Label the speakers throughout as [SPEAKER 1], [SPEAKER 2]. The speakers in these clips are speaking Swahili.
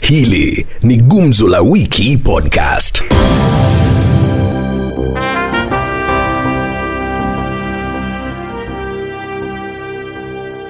[SPEAKER 1] Hili ni Gumzo la Wiki Podcast.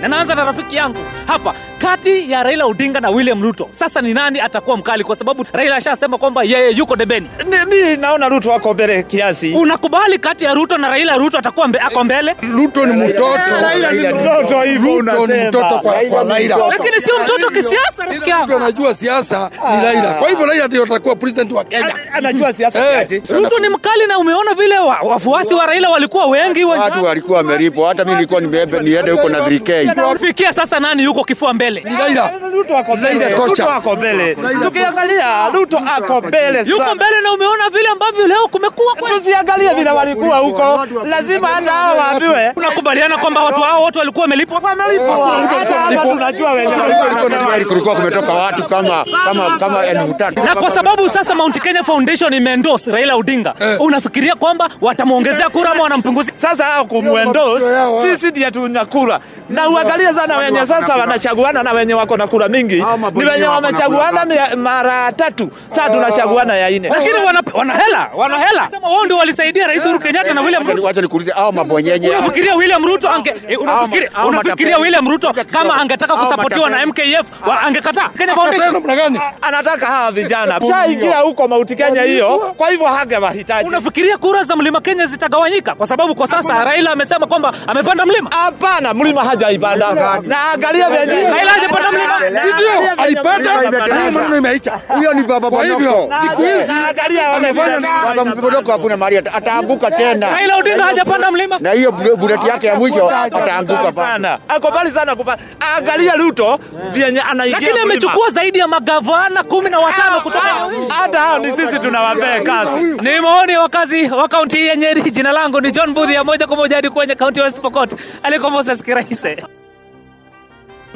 [SPEAKER 2] Na naanza na rafiki yangu hapa kati ya Raila Odinga na William Ruto. Sasa ni nani atakuwa mkali? Kwa sababu Raila ashasema kwamba yeye yuko debeni.
[SPEAKER 3] Mi naona Ruto wako mbele kiasi.
[SPEAKER 2] Unakubali kati ya Ruto na Raila, Ruto atakuwa mbe, ako mbele,
[SPEAKER 4] Ruto ni mtoto.
[SPEAKER 3] Raila ni mtoto hivyo
[SPEAKER 4] Ruto ni
[SPEAKER 3] unasema.
[SPEAKER 4] mtoto kwa, kwa Raila.
[SPEAKER 2] lakini sio mtoto kisiasa, rafiki
[SPEAKER 4] Kila mtu
[SPEAKER 2] yangu.
[SPEAKER 4] anajua siasa ni Raila. Kwa hivyo Raila ndio atakuwa president wa Kenya.
[SPEAKER 3] Ana- Anajua siasa
[SPEAKER 4] Eh,
[SPEAKER 3] kiasi.
[SPEAKER 2] Ruto ni mkali, na umeona vile wa- wafuasi wa Raila walikuwa wengi
[SPEAKER 5] watu
[SPEAKER 2] uwanjani.
[SPEAKER 5] walikuwa wamelipwa. Hata mimi nilikuwa nimeebe niende huko na 3K.
[SPEAKER 2] Fikia sasa, nani yuko kifua mbele?
[SPEAKER 4] Ni Raila.
[SPEAKER 3] Ruto ako mbele.
[SPEAKER 4] Raila
[SPEAKER 3] Ruto
[SPEAKER 4] torture.
[SPEAKER 3] ako mbele. Tukiangalia Ruto ako mbele
[SPEAKER 2] Yuko
[SPEAKER 3] sana.
[SPEAKER 2] mbele, na umeona vile ambavyo leo kumekuwa kweli.
[SPEAKER 3] Tusiangalie vile walikuwa huko, lazima hata hao waambiwe
[SPEAKER 2] Unakubaliana kwamba watu hao wote walikuwa wamelipwa?
[SPEAKER 3] wamelipwa. Hata hapa tunajua wenye walikuwa.
[SPEAKER 5] Januari kulikuwa kumetoka watu kama kama kama elfu tatu
[SPEAKER 2] na kwa sababu sasa Mount Kenya Foundation imeendorse Raila Odinga,
[SPEAKER 5] Eh.
[SPEAKER 2] unafikiria kwamba watamwongezea kura ama wanampunguzia?
[SPEAKER 3] Sasa hao kumwendos, sisi ndiye tunakura na uangalie sana wenye sasa wanachaguana na wenye wako na kura mingi ni wenye wamechaguana mia- mara tatu, sasa tunachaguana ya nne.
[SPEAKER 2] Lakini wana- wanahela, wanahela. Kama wao ndio walisaidia Rais Uhuru Kenyatta na William Ruto.
[SPEAKER 5] Eh. Wacha nikuulize, hao mabonyenye
[SPEAKER 2] Unafikiria William Ruto ange eh, unafikiria
[SPEAKER 5] Hao ma- hao
[SPEAKER 2] unafikiria
[SPEAKER 5] matapeli.
[SPEAKER 2] William Ruto kama angetaka
[SPEAKER 5] Hao Ah.
[SPEAKER 2] kusapotiwa na MKF wa- angekataa? Kenya
[SPEAKER 4] Tena
[SPEAKER 2] Foundation.
[SPEAKER 4] namna gani?
[SPEAKER 3] anataka hawa vijana shaingia huko Mauti Kenya hiyo, kwa hivyo hangewahitaji.
[SPEAKER 2] Unafikiria kura za Mlima Kenya zitagawanyika kwa sababu kwa sasa Raila amesema kwamba amepanda mlima?
[SPEAKER 5] Ah.
[SPEAKER 3] Hapana, mlima hajaipanda na angalia vyenye
[SPEAKER 2] Raila hajapanda mlima.
[SPEAKER 3] Si ndio?
[SPEAKER 4] Ndio, alipata hiyo maneno imeisha. Huyo ni baba Kwa hivyo siku hizi
[SPEAKER 3] Na angalia wale vijana.
[SPEAKER 5] baba mzibodoko hakuna mahali ata- ataanguka tena,
[SPEAKER 2] Raila Odinga hajapanda mlima.
[SPEAKER 5] na hiyo bu- buleti yake ya mwisho ataanguka bado.
[SPEAKER 3] sana ako mbali sana kupa. Angalia Ruto vyenye anaingia
[SPEAKER 2] Lakini
[SPEAKER 3] mlima.
[SPEAKER 2] amechukua zaidi ya magavana kumi na
[SPEAKER 5] Ah.
[SPEAKER 2] watano kutoka eneo hili.
[SPEAKER 3] hata hao ni sisi tunawapea kazi.
[SPEAKER 2] Ni maoni ya wakazi wa kaunti hii ya Nyeri. Jina langu ni John Mbudhi, ya moja kwa moja hadi kwenye kaunti ya West Pokot. Alikuwa Moses Kiraise.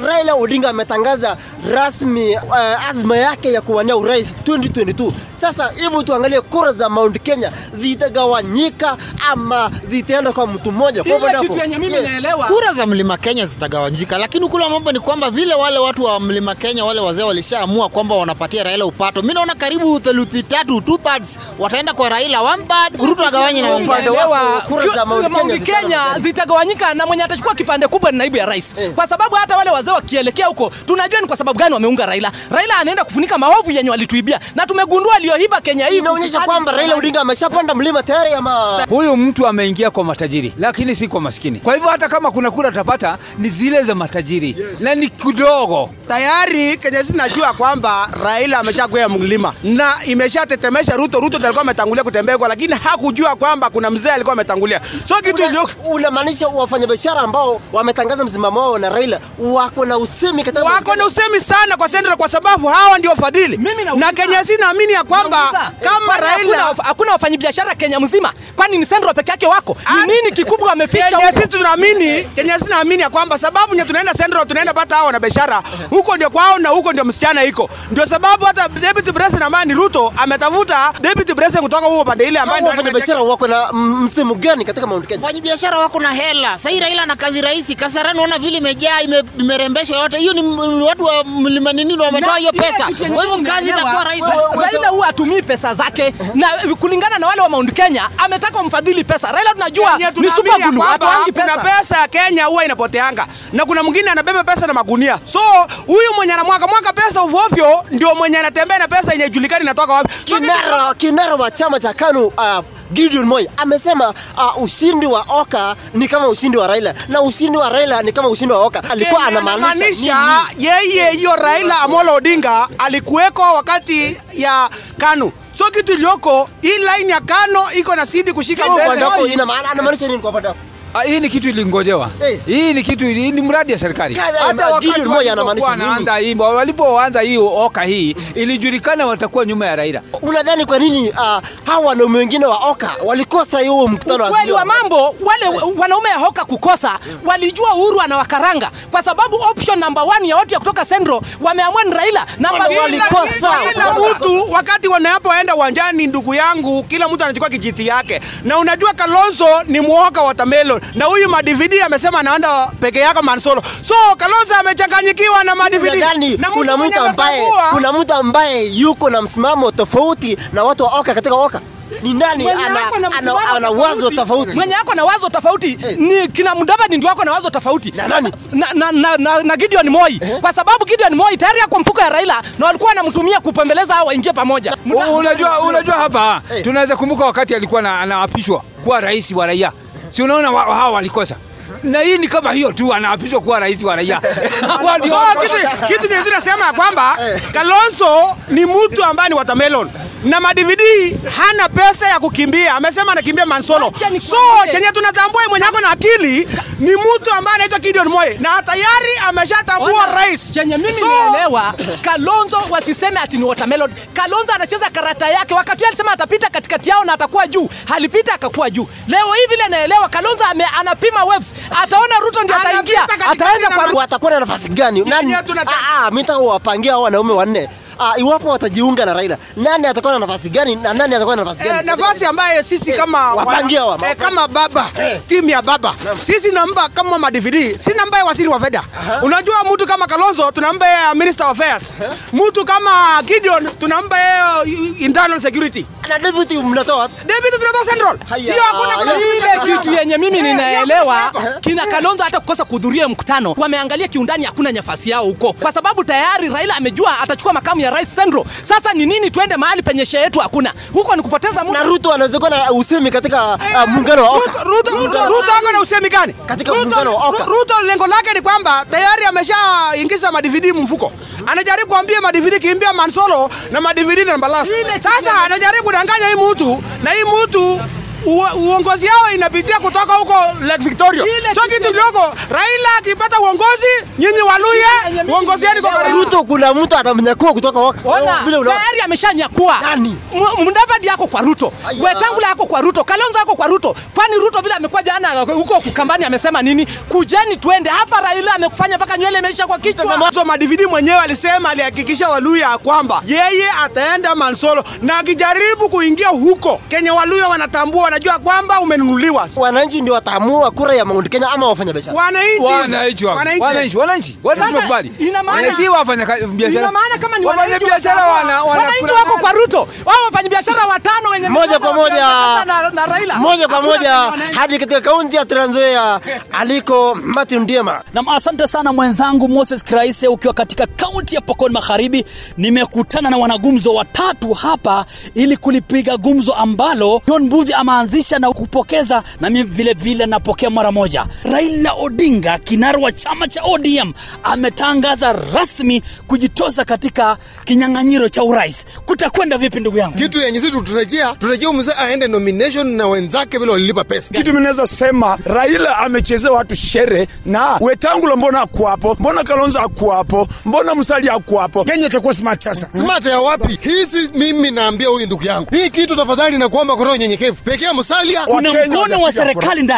[SPEAKER 6] Raila Odinga ametangaza rasmi uh, azma yake ya kuwania urais 2022. Sasa hebu tuangalie kura za Mount Kenya zitagawanyika ama zitaenda kwa mtu mmoja. Kwa hivyo
[SPEAKER 7] Ile
[SPEAKER 6] hapo-
[SPEAKER 7] kitu yenye mimi
[SPEAKER 6] Yes.
[SPEAKER 7] naelewa
[SPEAKER 8] kura za mlima kenya zitagawanyika lakini kula mambo ni kwamba vile wale watu wa mlima kenya wale wazee walishaamua kwamba wanapatia raila upato mi naona karibu theluthi tatu two thirds wataenda kwa raila one third ruto agawanye na
[SPEAKER 7] mimi
[SPEAKER 8] one third.
[SPEAKER 6] upande
[SPEAKER 7] naelewa
[SPEAKER 6] wako, kura
[SPEAKER 7] kio-
[SPEAKER 6] za Mount
[SPEAKER 7] Mount
[SPEAKER 6] Kenya
[SPEAKER 7] Kenya
[SPEAKER 6] zitagawanyika.
[SPEAKER 7] zitagawanyika na mwenye atachukua kipande kubwa ni naibu ya rais,
[SPEAKER 6] Eh.
[SPEAKER 7] kwa sababu hata wale wazee wakielekea huko tunajua ni kwa sababu gani wameunga Raila. Raila anaenda kufunika maovu yenye walituibia, na tumegundua aliyoiba Kenya hii
[SPEAKER 6] Inaonyesha
[SPEAKER 7] kufadi-
[SPEAKER 6] kwamba Raila Odinga ameshapanda mlima tayari ama
[SPEAKER 9] Huyu mtu ameingia kwa matajiri, lakini si kwa maskini. Kwa hivyo hata kama kuna kura atapata ni zile za matajiri yes, na ni kidogo.
[SPEAKER 10] tayari Kenya sinajua kwamba Raila ameshakwea mlima na imeshatetemesha Ruto. Ruto ndio alikuwa ametangulia kutembea huko, lakini hakujua kwamba kuna mzee alikuwa ametangulia. So kitu
[SPEAKER 6] Una-
[SPEAKER 10] ilio
[SPEAKER 6] unamaanisha wafanyabiashara ambao wametangaza msimamo wao na Raila wako na usemi katika Mount
[SPEAKER 10] wako na
[SPEAKER 6] Kenya?
[SPEAKER 10] usemi sana kwa Central kwa sababu hawa ndio fadhili,
[SPEAKER 7] Mimi nauliza.
[SPEAKER 10] na Kenya sinaamini ya kwamba
[SPEAKER 7] Eh,
[SPEAKER 10] kama
[SPEAKER 7] kwani
[SPEAKER 10] Raila
[SPEAKER 7] hakuna, hakuna wafanyabiashara Kenya mzima, kwani ni Sendro peke yake wako?
[SPEAKER 10] Ah.
[SPEAKER 7] Ni nini kikubwa wameficha
[SPEAKER 10] Kenya sisi
[SPEAKER 7] huko?
[SPEAKER 10] tunaamini Kenya sisi naamini ya kwamba sababu nye tunaenda Central tunaenda pata hao na biashara huko ndio kwao na huko ndio msichana iko, ndio sababu hata deputy president ambaye ni Ruto ametafuta deputy president kutoka huko pande ile ambaye ndio
[SPEAKER 6] Hao wafanyabiashara wako na mm, msemo gani katika Mount Kenya?
[SPEAKER 8] wafanyabiashara wako na hela sahii raila na kazi rahisi kasarani unaona vile imejaa ime- imerembeshwa yote hiyo ni m- watu wa mlima ninini wametoa hiyo
[SPEAKER 7] Ile
[SPEAKER 8] pesa
[SPEAKER 7] kitu yenye
[SPEAKER 8] kwa hivyo
[SPEAKER 7] mimi
[SPEAKER 8] kazi
[SPEAKER 7] naelewa,
[SPEAKER 8] itakuwa rahisi
[SPEAKER 7] Ra- Raila huwa hatumii pesa zake, na kulingana na wale wa Mount Kenya ametaka mfadhili pesa. Raila tunajua
[SPEAKER 10] Kenya
[SPEAKER 7] ni
[SPEAKER 10] tunaamini
[SPEAKER 7] super
[SPEAKER 10] ya
[SPEAKER 7] glue,
[SPEAKER 10] kwamba
[SPEAKER 7] hatoangi
[SPEAKER 10] kuna
[SPEAKER 7] pesa.
[SPEAKER 10] pesa ya Kenya huwa inapoteanga na kuna mwingine anabeba pesa na magunia. So huyu mwenye anamwaga mwaga pesa ovyo ovyo ndio mwenye anatembea na pesa yenye haijulikani inatoka wapi. So
[SPEAKER 6] kinara kinara wa chama cha KANU uh, Gideon Moi amesema uh, ushindi wa Oka ni kama ushindi wa Raila na ushindi wa Raila ni kama ushindi wa Oka. Alikuwa
[SPEAKER 10] Kenya
[SPEAKER 6] anamaanisha
[SPEAKER 10] anamaanisha
[SPEAKER 6] nini?
[SPEAKER 10] yeye hiyo Raila Amolo Odinga alikuweko wakati ya KANU. So kitu iliyoko hii line ya KANU iko na sidi kushika
[SPEAKER 6] Kwa upande wako
[SPEAKER 10] mbele.
[SPEAKER 6] ina maana anamaanisha nini kwa upande wako?
[SPEAKER 9] Ah, hii ni kitu ilingojewa
[SPEAKER 6] Eh.
[SPEAKER 9] hii ni kitu ili, ni mradi ya serikali.
[SPEAKER 6] Kana,
[SPEAKER 9] Hata
[SPEAKER 6] eh,
[SPEAKER 9] wakati
[SPEAKER 6] Gideon Moi anamaanisha
[SPEAKER 9] walipokuwa
[SPEAKER 6] nini?
[SPEAKER 9] wanaanza hii- walipoanza hii oka hii ilijulikana watakuwa nyuma ya Raila.
[SPEAKER 6] Unadhani kwa nini uh, hawa wanaume wengine wa Oka walikosa huo mkutano
[SPEAKER 7] Ukweli wa
[SPEAKER 6] Azimio?
[SPEAKER 7] mambo wale wanaume ya Hoka kukosa walijua Uhuru anawakaranga kwa sababu option number one ya wote ya kutoka Sendro wameamua ni Raila namba
[SPEAKER 6] Wale
[SPEAKER 7] mbili-
[SPEAKER 6] walikosa.
[SPEAKER 10] kila mtu wakati wanapoenda uwanjani, ndugu yangu, kila mtu anachukua kijiti yake, na unajua Kalonzo ni mwoka watermelon. na huyu madividi amesema anaenda peke yake mansolo so kalonzo amechanganyikiwa na
[SPEAKER 2] Yaani
[SPEAKER 10] madividi
[SPEAKER 6] Nadhani kuna mtu ambaye kuna mtu ambaye yuko na msimamo tofauti na watu wa Oka katika Oka. Ni nani
[SPEAKER 2] Mwenye
[SPEAKER 6] ana,
[SPEAKER 2] ako na
[SPEAKER 6] ana,
[SPEAKER 2] msimamo
[SPEAKER 6] ana, wazo tofauti?
[SPEAKER 2] mwenye ako na wazo tofauti
[SPEAKER 9] Eh.
[SPEAKER 2] ni kina mudava ndio wako na wazo tofauti na, na, na, na, na, na gideon moi
[SPEAKER 9] Eh.
[SPEAKER 2] kwa sababu gideon moi tayari ako mfuko ya raila na walikuwa wanamtumia kupembeleza hao waingie pamoja
[SPEAKER 9] U- unajua, unajua hapa tunaweza kumbuka wakati alikuwa na- anaapishwa kuwa rais wa raia, si unaona wa- hawa walikosa na hii ni kama hiyo tu, anaapishwa kuwa rais wa raia. Hawa ndio
[SPEAKER 10] So,
[SPEAKER 9] walikosa.
[SPEAKER 10] kitu, kitu nyingine tunasema ya kwamba
[SPEAKER 2] Eh.
[SPEAKER 10] Kalonzo ni mtu ambaye ni watermelon na madividi hana pesa ya kukimbia, amesema anakimbia Mansolo. So chenye tunatambua mwenye ako na akili ni mtu ambaye anaitwa Gideon Moi na tayari ameshatambua rais.
[SPEAKER 2] Chenye mimi
[SPEAKER 10] So-
[SPEAKER 2] nielewa Kalonzo wasiseme ati ni watermelon. Kalonzo anacheza karata yake. Wakati yeye alisema atapita katikati yao na atakuwa juu, alipita akakuwa juu. Leo hivi vile naelewa Kalonzo ame, anapima waves, ataona Ruto ndio ataingia, ataenda kwa Ruto.
[SPEAKER 6] watakuwa na nafasi gani? Nani? Ah, ah, mimi nataka uwapangie hao wanaume wanne. Ah, iwapo watajiunga na Raila, nani atakuwa na nafasi gani na nani atakuwa na nafasi
[SPEAKER 10] Eh,
[SPEAKER 6] gani? Eh,
[SPEAKER 10] nafasi ambaye sisi kama
[SPEAKER 6] wapangie hawa, Eh.
[SPEAKER 10] eh, kama baba timu ya baba sisi namba kama madvd si namba ya waziri wa fedha unajua mtu kama kalonzo tunampa yeye ya minister of affairs mtu kama gideon tunampa yeye ya internal security
[SPEAKER 6] na deputy mnatoa
[SPEAKER 10] deputy tunatoa central hiyo hakuna kuna-
[SPEAKER 2] ile kitu yenye mimi ninaelewa kina Kalonzo hata kukosa kuhudhuria mkutano, wameangalia kiundani, hakuna nafasi yao huko, kwa sababu tayari Raila amejua atachukua makamu ya rais Sendro. Sasa ni nini tuende mahali penye shehe yetu hakuna huko, ni kupoteza muda.
[SPEAKER 6] Na Ruto anaweza kuwa na usemi katika ah, muungano wa
[SPEAKER 10] Ruto-
[SPEAKER 6] Oka.
[SPEAKER 10] Eh, Ruto- Ruto- Ruto ako na usemi gani?
[SPEAKER 6] Katika
[SPEAKER 10] Ruto-
[SPEAKER 6] muungano wa Oka.
[SPEAKER 10] Ru- Ruto lengo lake ni kwamba tayari ameshaingiza madividi mfuko, anajaribu kuambia madividi kimbia Mansolo na madividi na Mbalasi. Sasa anajaribu kudanganya hii mtu na hii mtu uo- uongozi yao inapitia kutoka huko Lake Victoria. So kitu kidogo, Raila akipata uongozi, nyinyi Waluya uongozi yenu kwa
[SPEAKER 6] Ruto kuna mtu atamnyakua kutoka Oka.
[SPEAKER 2] Ona,
[SPEAKER 6] Vile unaona.
[SPEAKER 2] tayari ameshanyakua.
[SPEAKER 6] Nani?
[SPEAKER 2] M- Mudavadi yako kwa Ruto, Wetangula yako kwa Ruto, Kalonzo yako kwa Ruto. Kwani Ruto vile amekuwa jana huko Kukambani amesema nini? Kujeni tuende hapa. Raila amekufanya mpaka nywele imeisha kwa kichwa.
[SPEAKER 10] Mwanzo madividi mwenyewe alisema alihakikisha Waluya kwamba yeye ataenda Mansolo na akijaribu kuingia huko Kenya, Waluya wanatambua, wanajua kwamba umenunuliwa.
[SPEAKER 6] Wananchi ndio wataamua kura ya Mount Kenya ama wafanyabiashara.
[SPEAKER 10] Wananchi,
[SPEAKER 9] Wananchi wako. wananchi, wananchi, watu
[SPEAKER 2] Sasa,
[SPEAKER 9] tunakubali.
[SPEAKER 2] ina maana-
[SPEAKER 9] Wananchi wafanya ka- biashara.
[SPEAKER 2] Ina maana kama ni
[SPEAKER 9] wafanya
[SPEAKER 2] wananchi
[SPEAKER 9] biashara
[SPEAKER 2] wataamua.
[SPEAKER 9] wana wana-
[SPEAKER 2] wananchi wako kwa Ruto, wao wafanyabiashara watano wenye
[SPEAKER 6] moja
[SPEAKER 2] mikono
[SPEAKER 6] kwa moja
[SPEAKER 2] wakiambatana na, na Raila
[SPEAKER 6] moja kwa
[SPEAKER 2] Hakuna
[SPEAKER 6] moja
[SPEAKER 2] kama ni wananchi.
[SPEAKER 6] hadi katika kaunti ya Trans Nzoia aliko Martin Diema.
[SPEAKER 11] Nam, asante sana mwenzangu Moses Kraise, ukiwa katika kaunti ya Pokot Magharibi. Nimekutana na wanagumzo watatu hapa ili kulipiga gumzo ambalo John Mbudhi ameanzisha na kupokeza, na mimi vile vile napokea mara moja. Raila Odinga, kinara wa chama cha ODM, ametangaza rasmi kujitosa katika kinyang'anyiro cha urais. Kutakwenda vipi ndugu yangu?
[SPEAKER 12] kitu yenye sisi tutarejea tutarejea mzee aende nomination na wenzake vile walilipa pesa
[SPEAKER 13] kitu minaweza sema raila amechezea watu shere na wetangula mbona akuwapo mbona kalonzo akuwapo mbona msali akuwapo kenya itakuwa smart sasa
[SPEAKER 12] smart ya wapi hizi mimi naambia huyu ndugu yangu hii kitu tafadhali na kuomba kutoa unyenyekevu pekea msalia
[SPEAKER 13] Wakenya wanapiga kura.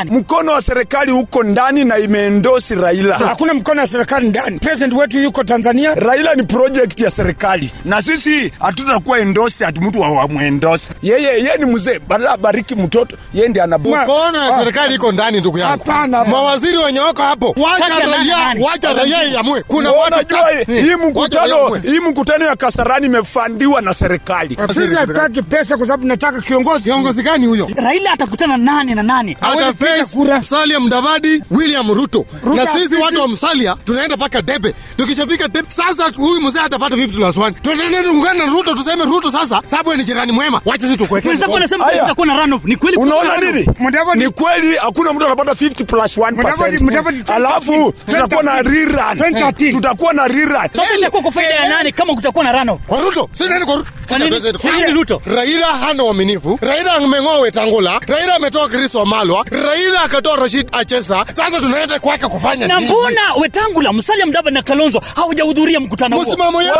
[SPEAKER 13] mkono wa serikali uko ndani na imeendosi raila hakuna mkono wa serikali ndani president wetu yuko tanzania raila ni project ya serikali na sisi hatutakuwa endosi ati mtu wamwendosi yeye yeye ni mzee badala bariki mtoto yeye ndi ana
[SPEAKER 12] mkono wa serikali iko ndani ndugu yangu
[SPEAKER 13] Hapana.
[SPEAKER 12] mawaziri wenye wako hapo wacha
[SPEAKER 13] Kati ya nani
[SPEAKER 12] raia
[SPEAKER 13] nani?
[SPEAKER 12] wacha raia iamue kuna
[SPEAKER 13] Mbona
[SPEAKER 12] watu
[SPEAKER 13] jua
[SPEAKER 12] kati. Hmm.
[SPEAKER 13] hii
[SPEAKER 12] Wacha raia
[SPEAKER 13] mkutano
[SPEAKER 12] iamue.
[SPEAKER 13] hii mkutano ya Kasarani imefandiwa na serikali.
[SPEAKER 12] Sisi hatutaki
[SPEAKER 13] pesa kwa sababu nataka kiongozi.
[SPEAKER 12] Kiongozi gani huyo?
[SPEAKER 11] Raila atakutana nani na nani?
[SPEAKER 12] ataface Musalia Mudavadi, William Ruto.
[SPEAKER 11] Ruto
[SPEAKER 12] Na sisi
[SPEAKER 11] afisi.
[SPEAKER 12] watu wa Musalia tunaenda mpaka Debe. Tukishafika Debe sasa huyu mzee atapata 50 plus 1. Tunaenda tuungane na Ruto tuseme Ruto sasa sababu ni jirani mwema. Wacha sisi tukuweke.
[SPEAKER 11] Mwenzangu
[SPEAKER 12] mkono.
[SPEAKER 11] anasema kutakuwa na runoff. Ni kweli
[SPEAKER 13] Unaona
[SPEAKER 11] kutakuwa na
[SPEAKER 13] nini?
[SPEAKER 11] runoff?
[SPEAKER 13] Ni kweli hakuna mtu anapata 50 plus 1%. Alafu tutakuwa na rerun. Tutakuwa na rerun.
[SPEAKER 11] Sasa itakuwa kwa faida ya nani kama kutakuwa na runoff?
[SPEAKER 12] Eh, Kwa Ruto, si nani kwa Ruto?
[SPEAKER 11] Kwa
[SPEAKER 12] Sisi
[SPEAKER 11] nini?
[SPEAKER 12] hatuwezi-
[SPEAKER 11] Kwa nini Ruto?
[SPEAKER 12] Raila hana uaminifu. Raila ameng'oa Wetangula. Raila ametoa Chris Wamalwa. Raila akatoa Rashid Achesa. Sasa tunaenda kwake kufanya
[SPEAKER 11] na
[SPEAKER 12] nini?
[SPEAKER 11] mbona wetangula msalia mdaba na kalonzo hawajahudhuria mkutano huo?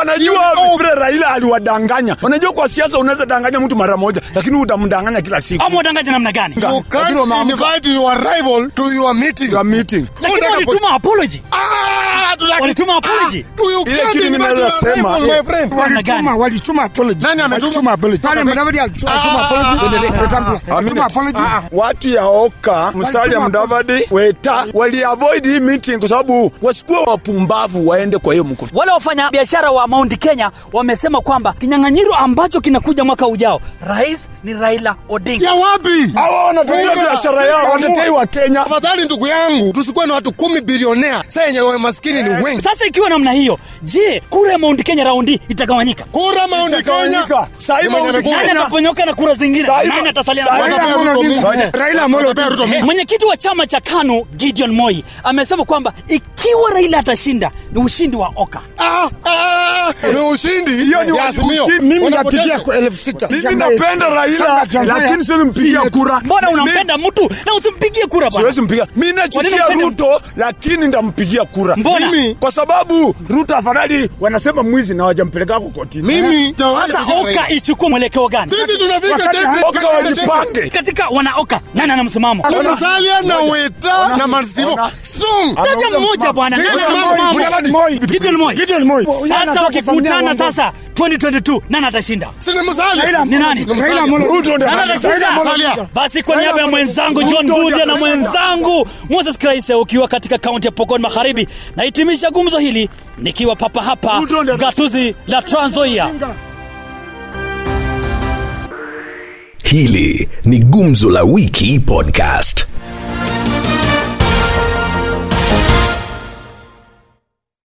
[SPEAKER 13] wanajua vile Raila aliwadanganya. Unajua kwa siasa unaweza danganya mtu mara moja, lakini utamdanganya kila siku.
[SPEAKER 11] Ama wadanganya namna gani?
[SPEAKER 12] You can't invite your rival to your meeting.
[SPEAKER 13] Your meeting.
[SPEAKER 11] Lakini walituma apology.
[SPEAKER 12] Ah, tunaki-
[SPEAKER 11] Walituma apology.
[SPEAKER 12] Ah, you
[SPEAKER 13] Ile
[SPEAKER 12] can't
[SPEAKER 13] kitu
[SPEAKER 12] invite
[SPEAKER 13] ninaweza
[SPEAKER 12] your
[SPEAKER 13] sema,
[SPEAKER 12] rival, my
[SPEAKER 13] eh,
[SPEAKER 12] friend.
[SPEAKER 11] Walituma-
[SPEAKER 12] Nani ametuma?
[SPEAKER 13] Ah,
[SPEAKER 12] Ah, ah, ah, ah.
[SPEAKER 13] minute. Ah, ah. watu ya oka msalia mdavadi weta waliavoid hii meeting kwa sababu wasikuwa wapumbavu waende kwa hiyo mkutano
[SPEAKER 11] Wale wafanya biashara wa Mount Kenya wamesema kwamba kinyang'anyiro ambacho kinakuja mwaka ujao, rais ni Raila Odinga.
[SPEAKER 6] Ya wapi?
[SPEAKER 13] Hawa
[SPEAKER 6] wanatuibia biashara yao, watetei wa
[SPEAKER 13] Kenya.
[SPEAKER 6] Afadhali ndugu yangu, tusikuwe na watu kumi bilionea saa yenye wa- maskini ni wengi.
[SPEAKER 11] Sasa ikiwa namna hiyo, je, kura ya Mount Kenya raundi itagawanyika?
[SPEAKER 6] Kura Mount Itagawanyika. Kenya. Saa hii Mount
[SPEAKER 11] Nani
[SPEAKER 6] Kenya.
[SPEAKER 11] ataponyoka na kura zingine?
[SPEAKER 6] Saa hii-
[SPEAKER 11] Nani atasalia? na
[SPEAKER 6] saa hii
[SPEAKER 11] kura? Eh.
[SPEAKER 6] Raila Amolo Odinga. Ngoja, Raila Amolo Odinga. Ruto mimi.
[SPEAKER 11] Mwenyekiti wa chama cha KANU Gideon Moi amesema kwamba ikiwa Raila atashinda ni ushindi wa Oka.
[SPEAKER 6] Ah, ah, ni ushindi ya Azimio.
[SPEAKER 13] Mimi
[SPEAKER 6] Wanapoteza.
[SPEAKER 13] napigia kwa elfu sita. Mimi
[SPEAKER 6] Shamba
[SPEAKER 13] napenda
[SPEAKER 6] yetu.
[SPEAKER 13] Raila
[SPEAKER 6] Shamba transfer.
[SPEAKER 13] lakini siwezi mpigia
[SPEAKER 11] Si-
[SPEAKER 13] kura.
[SPEAKER 11] Mbona
[SPEAKER 13] Mi-
[SPEAKER 11] unampenda mtu na usimpigie kura bwana?
[SPEAKER 13] Siwezi mpiga. Mimi
[SPEAKER 11] Kwa nini
[SPEAKER 13] nachukia
[SPEAKER 11] umpende
[SPEAKER 13] Ruto lakini ndampigia kura.
[SPEAKER 11] Mbona?
[SPEAKER 13] Mimi kwa sababu Ruto afadhali wanasema mwizi na hawajampeleka huko kotini.
[SPEAKER 6] Mimi
[SPEAKER 11] Sasa Oka ichukue mwelekeo gani?
[SPEAKER 6] Sisi tunafika
[SPEAKER 11] Wakati
[SPEAKER 6] David-
[SPEAKER 11] Oka wajipange. Katika wana Oka nani ana msimamo?
[SPEAKER 6] Musalia na Weta na Mansivo. Sung.
[SPEAKER 11] Taja mmoja bwana, nani ana msimamo? Gideon Moi.
[SPEAKER 13] Gideon Moi.
[SPEAKER 11] Sasa wakikutana sasa 2022 nani atashinda?
[SPEAKER 6] Sina Musalia.
[SPEAKER 11] Ni nani?
[SPEAKER 6] Raila Amolo Ruto ndio
[SPEAKER 11] Nani
[SPEAKER 6] atashinda.
[SPEAKER 11] atashinda?
[SPEAKER 6] Raila Amolo Odinga.
[SPEAKER 11] Basi kwa niaba ya mwenzangu John
[SPEAKER 6] Ruto ndio
[SPEAKER 11] Budhia na
[SPEAKER 6] atashinda.
[SPEAKER 11] mwenzangu Moses Kraise ukiwa katika kaunti ya Pokot Magharibi nahitimisha gumzo hili nikiwa papa hapa gatuzi la Trans Nzoia.
[SPEAKER 1] Hili ni Gumzo la Wiki Podcast.